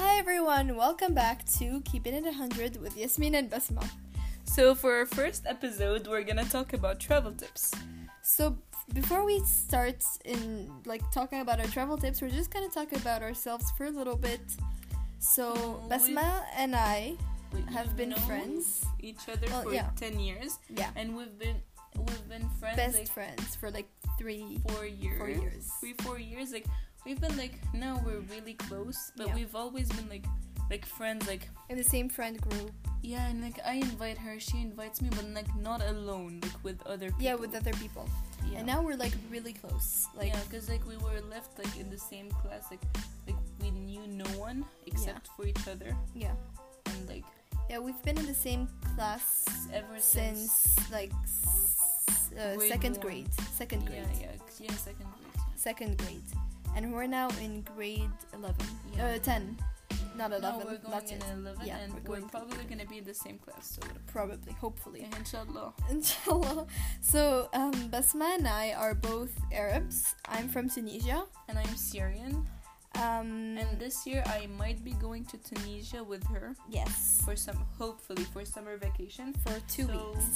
everyone, welcome back to Keeping It 100 with Yasmin and Basma. So, for our first episode, we're gonna talk about travel tips. So, before we start in like talking about our travel tips, we're just gonna talk about ourselves for a little bit. So, Oh, Basma and I We have been known friends. each other Well, for yeah. 10 years, Yeah, and we've been we've been friends best like friends for like three, four years. four years. Three four years. Like we've been like now we're really close, but Yeah. we've always been like like friends. Like In the same friend group. yeah, and like I invite her, she invites me, but like not alone, like with other people. Yeah, with other people. yeah. And now we're like really close. Like, yeah, because like we were left like in the same class, like like we knew no one except for each other, yeah. and like Yeah, we've been in the same class ever since, since like s- uh, Grade second one. grade. Second grade. yeah, yeah, c- yeah, second grade. Yeah. Second grade. And we're now in grade 11. Yeah. Uh, 10. Not 11. no, we're going not in yet. 11, Yeah, and we're we're, going to- probably gonna be in the same class, so whatever. Probably, hopefully. Yeah, inshallah. Inshallah. So, um, Basma and I are both Arabs. I'm from Tunisia. And I'm Syrian, Um, and this year I might be going to Tunisia with her yes. for some, hopefully for summer vacation. For two So- weeks.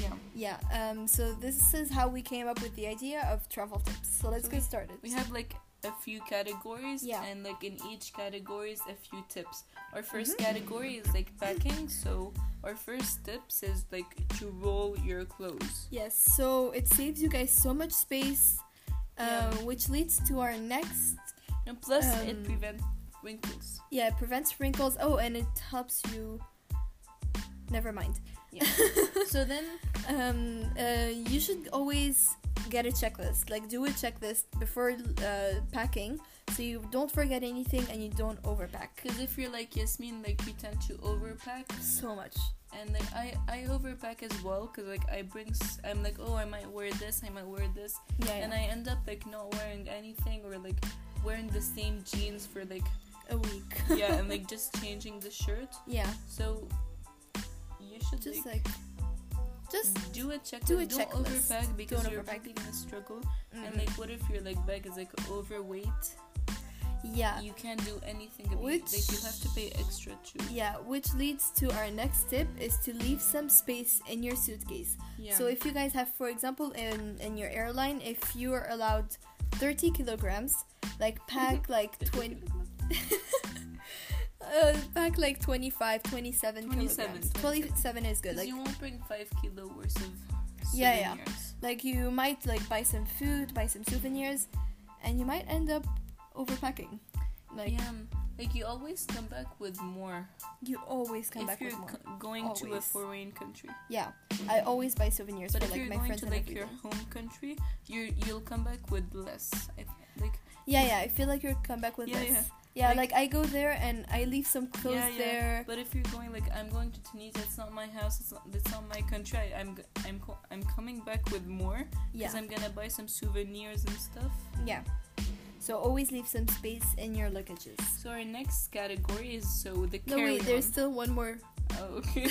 Yeah, Yeah, um, so this is how we came up with the idea of travel tips. So let's So get started. we have like a few categories, Yeah. and like in each categories a few tips. Our 1st Mm-hmm. category is like packing, so our first tips is like to roll your clothes. Yes, so it saves you guys so much space, uh, Yeah. which leads to our next. And plus, it Um, prevents wrinkles. Yeah, it prevents wrinkles. Oh, and it helps you. Never mind. Yeah. so then, Um, uh, you should always get a checklist. Like, do a checklist before uh, packing so you don't forget anything and you don't overpack. Because if you're like Yasmin, like you tend to overpack, So much. and like I I overpack as well. Cause like I bring s- I'm like oh I might wear this, I might wear this, Yeah. and I end up like not wearing anything or like wearing the same jeans for like a week. yeah, and like just changing the shirt. yeah. So you should Just like. like. Just. do a check. do a don't checklist. overpack because Don't you're overpack. packing a struggle. And mm, like, what if your like bag is like overweight? yeah. You can't do anything about Uh, Which- it. Like you have to pay extra too. Yeah, which leads to our next tip is to leave some space in your suitcase. Yeah. So if you guys have, for example, in in your airline, if you are allowed 30 kilograms, like pack like 20, uh, pack like 25, 27, 27, kilograms. 27 is good. Because Like you won't bring five kilo worth of souvenirs. Yeah, yeah. like you might like buy some food, buy some souvenirs, and you might end up overpacking. Like yeah. Like you always come back with more you always come if back you're with more. co- going to a Always. foreign country. yeah, I always buy souvenirs But for if like you're my going friends to and like everything. your home country, you you'll come back with less. I th- like Yeah, yeah. I feel like you're come back with Yeah, this. yeah. Yeah, Like- like, I go there and I leave some clothes Yeah, yeah. there. but if you're going like I'm going to Tunisia, it's not my house, it's not, it's not my country. I, I'm g- I'm co- I'm coming back with more Yeah, because I'm gonna buy some souvenirs and stuff. yeah. So always leave some space in your luggages. So our next category is so the No, carry wait. There's still one more. Oh, okay.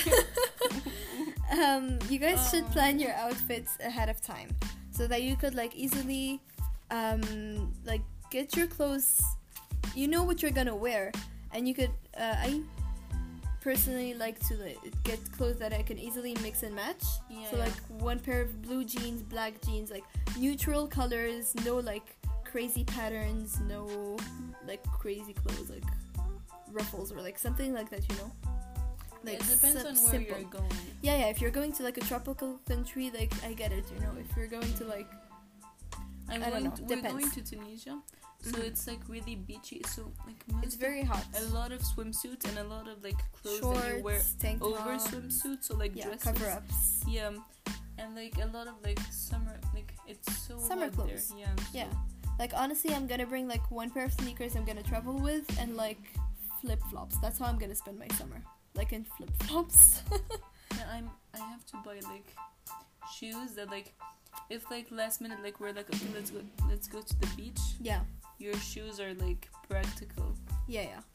Um, you guys should Oh. plan your outfits ahead of time, so that you could like easily, um, like get your clothes. You know what you're gonna wear, and you could. Uh, I personally like to like, get clothes that I can easily mix and match. yeah. So like one pair of blue jeans, black jeans, like neutral colors, no like crazy patterns, no like crazy clothes, like ruffles or like something like that, you know. it depends sim- on where simple. you're going. Yeah, yeah. If you're going to like a tropical country, like I get it, you know. If you're going to like I'm I don't going know, To, depends. We're going to Tunisia, so Mhm. it's like really beachy. So like most it's very hot, a lot of swimsuits and a lot of like clothes shorts, that you wear tank over tops, swimsuits, so like yeah, dresses. cover ups. Yeah, and like a lot of like summer, like it's so Summer hot clothes. There. Yeah. so- Yeah. Like honestly, I'm gonna bring like one pair of sneakers I'm gonna travel with and like flip flops. That's how I'm gonna spend my summer. Like in flip flops. Yeah, I'm. I have to buy like shoes that like. If like last minute, like we're like okay, let's go, let's go to the beach. yeah, Your shoes are like practical. yeah, yeah.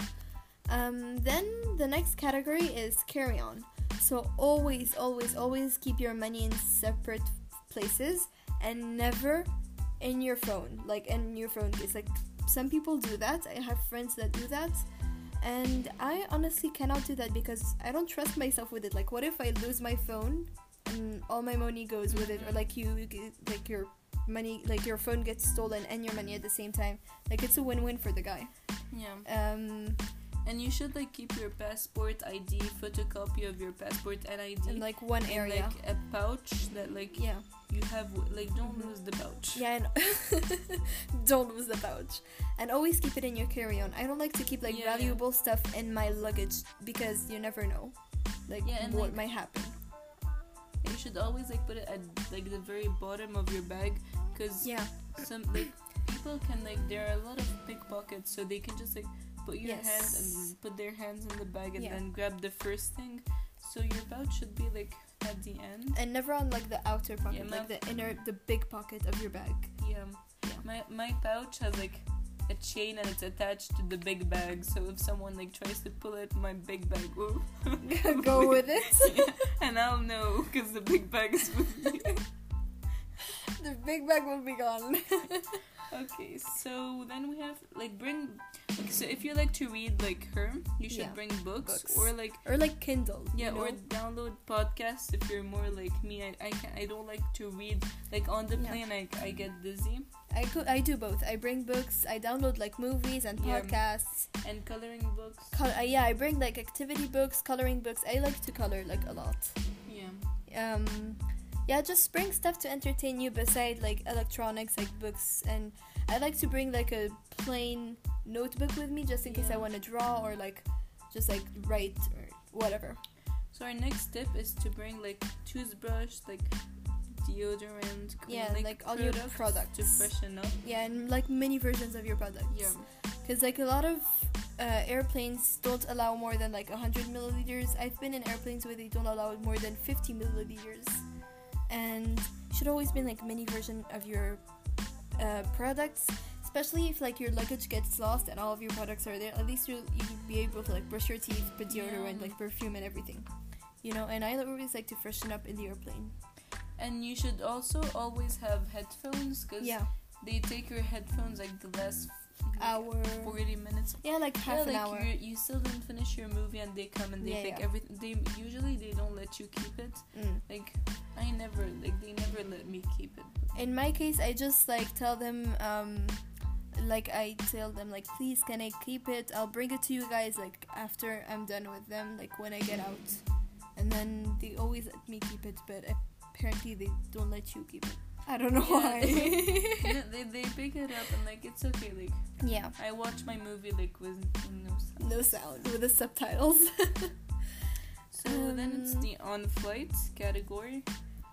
Um, then the next category is carry on. So always, always, always keep your money in separate places and never in your phone. Like in your phone case. Like some people do that. I have friends that do that. And I honestly cannot do that because I don't trust myself with it. Like, what if I lose my phone and all my money goes with it, or like you, you get- like your money, like your phone gets stolen and your money at the same time? Like, it's a win-win for the guy. Yeah. Um, And you should like keep your passport ID, photocopy of your passport and ID in like one in, area. like a pouch that like yeah. you have like don't Mhm. lose the pouch. Yeah, and don't lose the pouch. And always keep it in your carry-on. I don't like to keep like Yeah, yeah. valuable stuff in my luggage because you never know, like Yeah, and, what like- might happen. You should always like put it at like the very bottom of your bag cuz Yeah, some like people can like there are a lot of pickpockets so they can just like put your Yes. hands and put their hands in the bag and Yeah. then grab the first thing. So your pouch should be like at the end. and never on like the outer pocket, my- like the inner, the big pocket of your bag. Yeah. Yeah. My my pouch has like a chain and it's attached to the big bag. So if someone like tries to pull it, my big bag will Go with it. and I'll know because the big bag is with me. the big bag will be gone. Okay, so then we have like bring. Okay, so if you like to read like her, you should Yeah. bring books, Books. or like or like Kindle. yeah, you or know? download podcasts. If you're more like me, I I, can, I don't like to read like on the Yeah. plane. I I get dizzy. I could, I do both. I bring books. I download like movies and Yeah. podcasts. And coloring books. Col- uh, yeah, I bring like activity books, coloring books. I like to color like a lot. yeah. um yeah just bring stuff to entertain you beside like electronics like books and i like to bring like a plain notebook with me just in case Yeah. i want to draw or like just like write or whatever So our next tip is to bring like toothbrush, like deodorant, cool, Yeah, like, all your to products. freshen up. yeah and like many versions of your products Yeah, because like a lot of uh, airplanes don't allow more than like 100 milliliters i've been in airplanes where they don't allow more than 50 milliliters and you should always bring like mini version of your uh, products especially if like your luggage gets lost and all of your products are there at least you'll, you'll be able to like brush your teeth put deodorant Yeah. like perfume and everything you know and i always like to freshen up in the airplane and you should also always have headphones because yeah they take your headphones like the last like, hour forty minutes. yeah like half an yeah, like hour You, you still didn't finish your movie and they come and they Yeah, take yeah. everything. They usually they don't let you keep it. Mm. Like I never like they never let me keep it. in my case i just like tell them um like i tell them like please can i keep it i'll bring it to you guys like after i'm done with them like when i get out and then they always let me keep it but apparently they don't let you keep it i don't know Yeah. why Yeah, they, they pick it up and like it's okay. Like yeah I watch my movie like with no sound. no sound with the subtitles So then it's Um, the on flight category.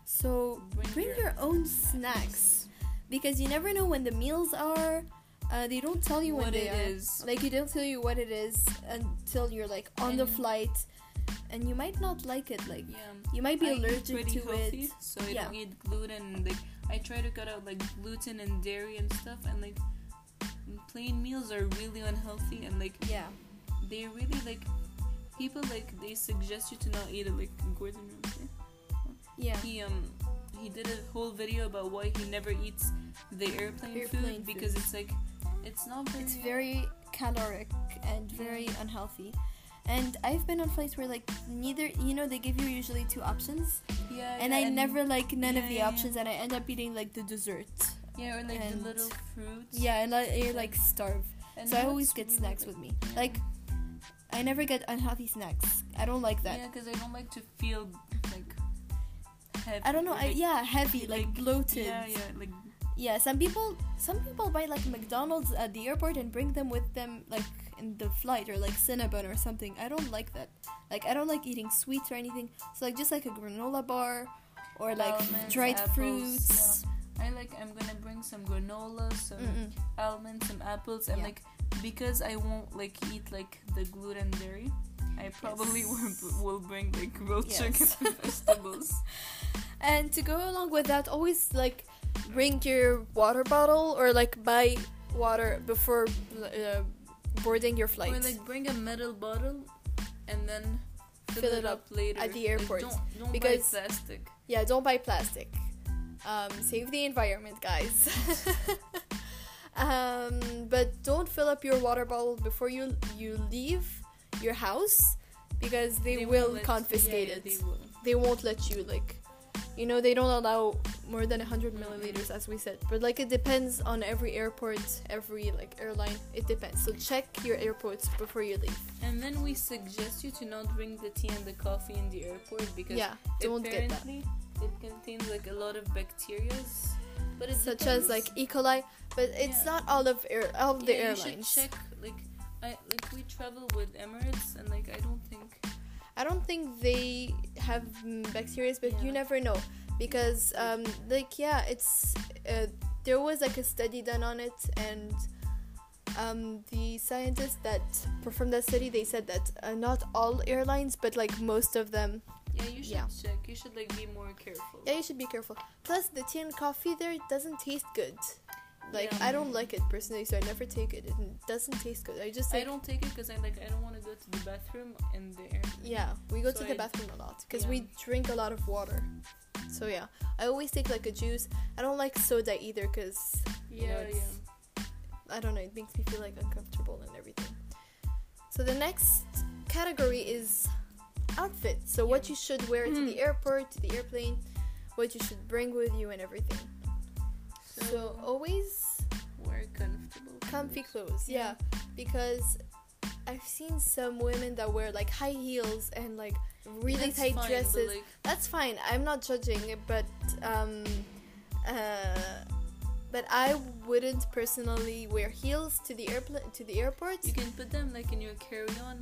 so Bring, bring your own snacks because you never know when the meals are uh, they don't tell you what when they it are. is. Like you don't tell you what it is until you're like on the And- flight, and you might not like it. Like Yeah. you might be I eat allergic to pretty healthy, it. So I don't Yeah. eat gluten. Like I try to cut out like gluten and dairy and stuff. And like plain meals are really unhealthy. And like Yeah, they really like people like they suggest you to not eat it. Like Gordon Ramsay. yeah, He um he did a whole video about why he never eats the airplane, Airplane food because food. it's like it's not very it's very caloric and very Mm. unhealthy. And I've been on flights where like neither you know they give you usually two options, yeah and Oh, yeah, I never like none yeah, of the yeah, yeah. options, and I end up eating like the dessert. yeah or like and- the little fruits Yeah, and I, I like starve. And so I that's always get really, snacks like- with me. yeah. Like I never get unhealthy snacks. I don't like that. Yeah, because I don't like to feel like. Heavy, I don't know. I, Like, yeah, heavy, like, like, bloated. Yeah, yeah, like Yeah, some people some people buy like McDonald's at the airport and bring them with them like in the flight or like cinnamon or something. I don't like that. Like I don't like eating sweets or anything. So like just like a granola bar or like Almonds, dried apples, fruits. I like. I'm gonna bring some granola, some Mm-mm. almonds, some apples, and Yeah. like because I won't like eat like the gluten dairy. I probably Yes. will, will bring like grilled Yes. chicken and vegetables. And to go along with that, always like bring your water bottle or like buy water before uh, boarding your flight. Or like bring a metal bottle, and then fill, it, up, later at the Like, airport. don't don't Because- buy plastic. Yeah, don't buy plastic. Um, save the environment, guys. Um, but don't fill up your water bottle before you you leave your house because they, will let- confiscate yeah, yeah, it. They will. they won't let you like you know they don't allow more than 100 Mm-hmm. milliliters as we said but like it depends on every airport every like airline it depends so check your airports before you leave And then we suggest you to not drink the tea and the coffee in the airport because yeah don't get that apparently it contains like a lot of bacteria. But it such depends. as like e coli but it's Yeah. not all of air all of the yeah, You airlines should check like I like we travel with Emirates and like I don't think i don't think they have mm, bacteria but you Yeah. never know because um like yeah it's uh, there was like a study done on it and um, the scientists that performed that study they said that uh, not all airlines but like most of them yeah you should Yeah. check. You should like be more careful. yeah you should be careful plus the tea and coffee there doesn't taste good like Yeah. i don't like it personally so i never take it it doesn't taste good i just I like, don't take it because I like I don't want to go to the bathroom in the air. yeah we go So to the I- bathroom a lot because yeah. we drink a lot of water so yeah i always take like a juice i don't like soda either because Yeah, know, it's- I don't know, it makes me feel like uncomfortable and everything. So the next category is outfit. So what Yeah. Mm-hmm. you should wear to the airport, to the airplane, what you should bring with you and everything. yeah. So always wear comfortable. comfy Oh. clothes. clothes. Yeah, because I've seen some women that wear like high heels and like really That's tight fine, but, dresses. like, That's fine. I'm not judging, but um, uh, but I wouldn't personally wear heels to the airplane to the airport. You can put them like in your carry-on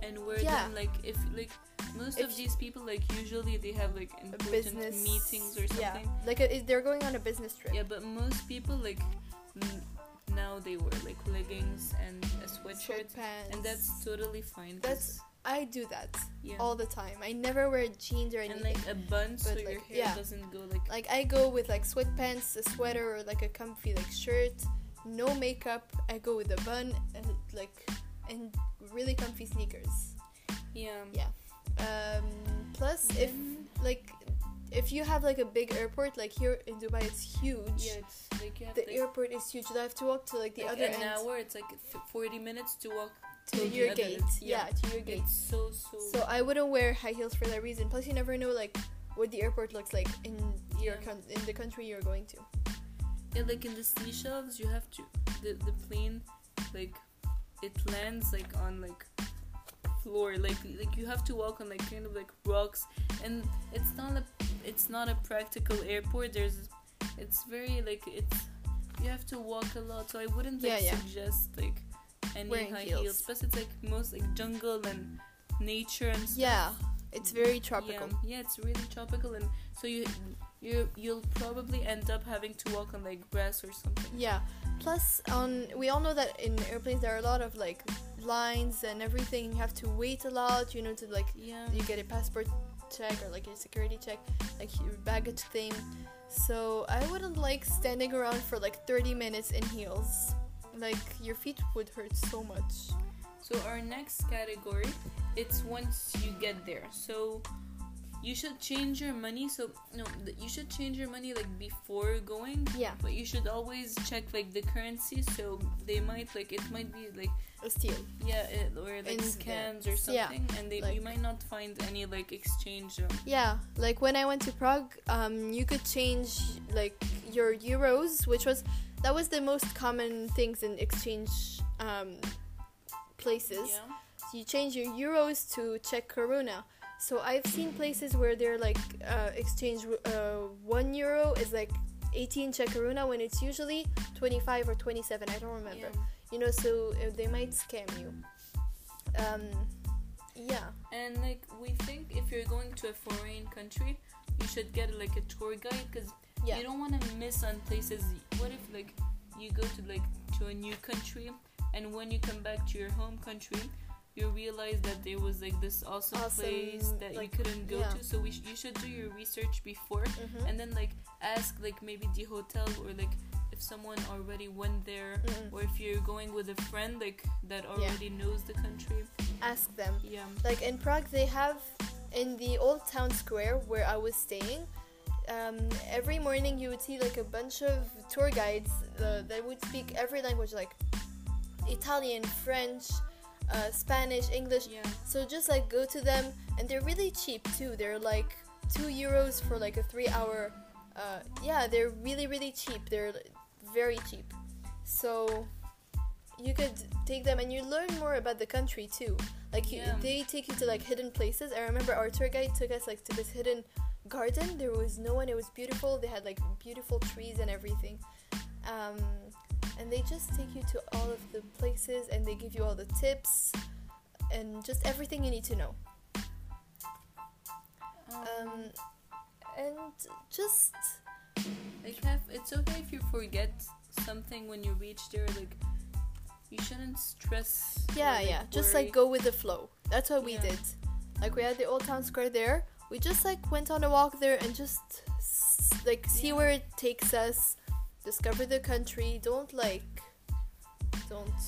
and wear Yeah. them like if like most If- of these people like usually they have like important business- meetings or yeah, something. like uh, they're going on a business trip. Yeah. but most people like n- now they wear like leggings and a sweatshirt Sweatpants. and that's totally fine. Mm, That's- 'cause- I do that yeah. all the time. I never wear jeans or and anything. like a bun so but, your like, hair yeah. doesn't go like like I go with like sweatpants, a sweater, or like a comfy like shirt, no makeup. I go with a bun and like and really comfy sneakers. yeah. Yeah. Um, plus, if Then- like if you have like a big airport, like here in Dubai, it's huge. yeah, it's like you have The like, airport is huge. I have to walk to like the like, other an end hour. It's like f- forty minutes to walk to till the your other gate. end. Yeah. to your gate. It's so so. So I wouldn't wear high heels for that reason. Plus, you never know like what the airport looks like in your Yeah. coun in the country you're going to. Yeah, like in the seashells, you have to the the plane, like it lands like on like floor, like like you have to walk on like kind of like rocks, and it's not a it's not a practical airport. There's it's very like it's you have to walk a lot, so I wouldn't like Yeah, yeah. suggest like any Wearing high heels. heels. Plus, it's like most like jungle and nature and stuff. Yeah, it's very tropical. Yeah, yeah, it's really tropical, and so you you you'll probably end up having to walk on like grass or something. Yeah. Plus, on we all know that in airplanes there are a lot of like lines and everything. You have to wait a lot. You know to like Yeah. you get a passport check or like a security check, like your baggage thing. So I wouldn't like standing around for like 30 minutes in heels. Like your feet would hurt so much. So our next category, it's once you get there. So you should change your money. So no, th- you should change your money like before going. Yeah, But you should always check like the currency. So they might like it might be like a steal. yeah it, or In like the- scams or yeah, something, and they like- you might not find any like exchange. Um, Yeah, like when I went to Prague, um, you could change like your euros, which was that was the most common things in exchange um, places. yeah. you change your euros to Czech koruna. So I've seen places where they're like uh, exchange uh, one euro is like 18 Czech koruna when it's usually 25 or 27. I don't remember. Yeah. You know, so uh, they might scam you. Um, yeah, And like we think if you're going to a foreign country, you should get like a tour guide because yeah, you don't want to miss on places. What if like you go to like to a new country and when you come back to your home country, you realize that there was like this awesome, Awesome, place that like, you couldn't go yeah. to. So we sh- you should do your research before Mhm. and then like ask like maybe the hotel or like if someone already went there. Mhm. Or if you're going with a friend like that already knows the country, ask them. yeah. Like in Prague, they have in the old town square where I was staying, um, every morning you would see like a bunch of tour guides uh, that would speak every language like Italian, French, uh, Spanish, English. Yeah. So just like go to them, and they're really cheap too. They're like two euros for like a three hour. Uh, yeah, they're really really cheap. They're very cheap. So you could take them, and you learn more about the country too. Like you, Yeah. they take you to like hidden places. I remember our tour guide took us like to this hidden garden. There was no one. It was beautiful. They had like beautiful trees and everything. Um, and they just take you to all of the places, and they give you all the tips and just everything you need to know. Um, and just Like have it's okay if you forget something when you reach there. Like you shouldn't stress. or, yeah, yeah, just like worry. go with the flow. That's what we Yeah. did. Like we had the old town square there. We just like went on a walk there and just s- like see Yeah. where it takes us. Discover the country. Don't like, don't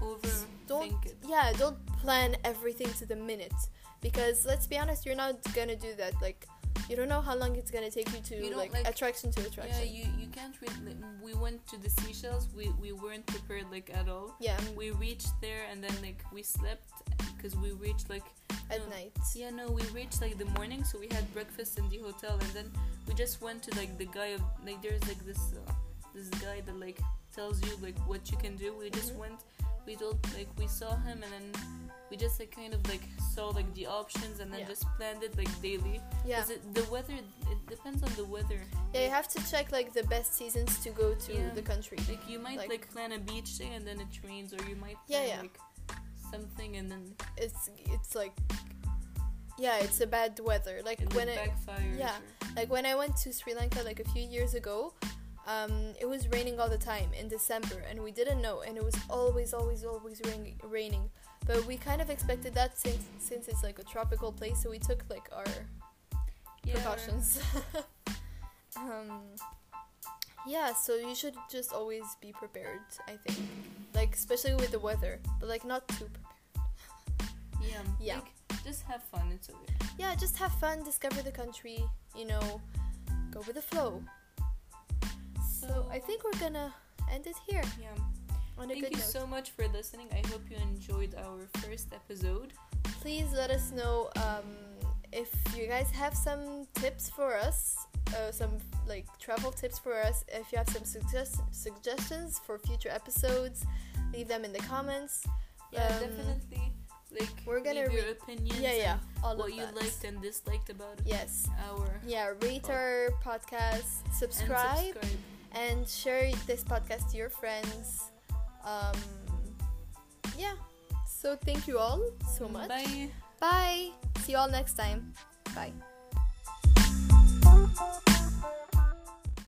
overthink don't it. yeah don't plan everything to the minute because let's be honest you're not gonna do that like you don't know how long it's gonna take you to You don't, like, like- attraction to attraction Yeah, you you can't. Re- like, we went to the seashells. We we weren't prepared like at all. Yeah, We reached there and then like we slept because we reached like at no, night Yeah, no, we reached like the morning, so we had breakfast in the hotel, and then we just went to like the guy of like there's like this uh, this guy that like tells you like what you can do. We just Mhm. went, we told like we saw him, and then we just like kind of like saw like the options, and then Yeah. just planned it like daily. yeah 'Cause it, the weather it depends on the weather. yeah you have to check like the best seasons to go to Yeah. the country Like you might Like- like, plan a beach day and then it rains, or you might Yeah, plan, yeah. like something and then it's it's like yeah it's a bad weather like it when like, it backfires. yeah. or- like when I went to Sri Lanka like a few years ago, um, it was raining all the time in December, and we didn't know, and it was always, always, always rain- raining. But we kind of expected that since since it's like a tropical place, so we took like our yeah. precautions. um, yeah, so you should just always be prepared. I think, like especially with the weather, but like not too. Prepared. Yeah. Yeah. Like, just have fun. It's okay. Yeah, just have fun, discover the country. You know, go with the flow. So I think we're gonna end it here. Yeah. On a Thank good you note, so much for listening. I hope you enjoyed our first episode. please let us know um, if you guys have some tips for us, uh, some like travel tips for us. If you have some suggest- suggestions for future episodes, leave them in the comments. Yeah, Um, Uh, definitely. Like we're gonna leave your read- opinions. Yeah, yeah, all and What of you that. liked and disliked about Yes. our Yeah, rate Oh. our podcast, subscribe, and subscribe. and share this podcast to your friends. Um, yeah. So thank you all so much. Mm, Bye. Bye. See you all next time. Bye.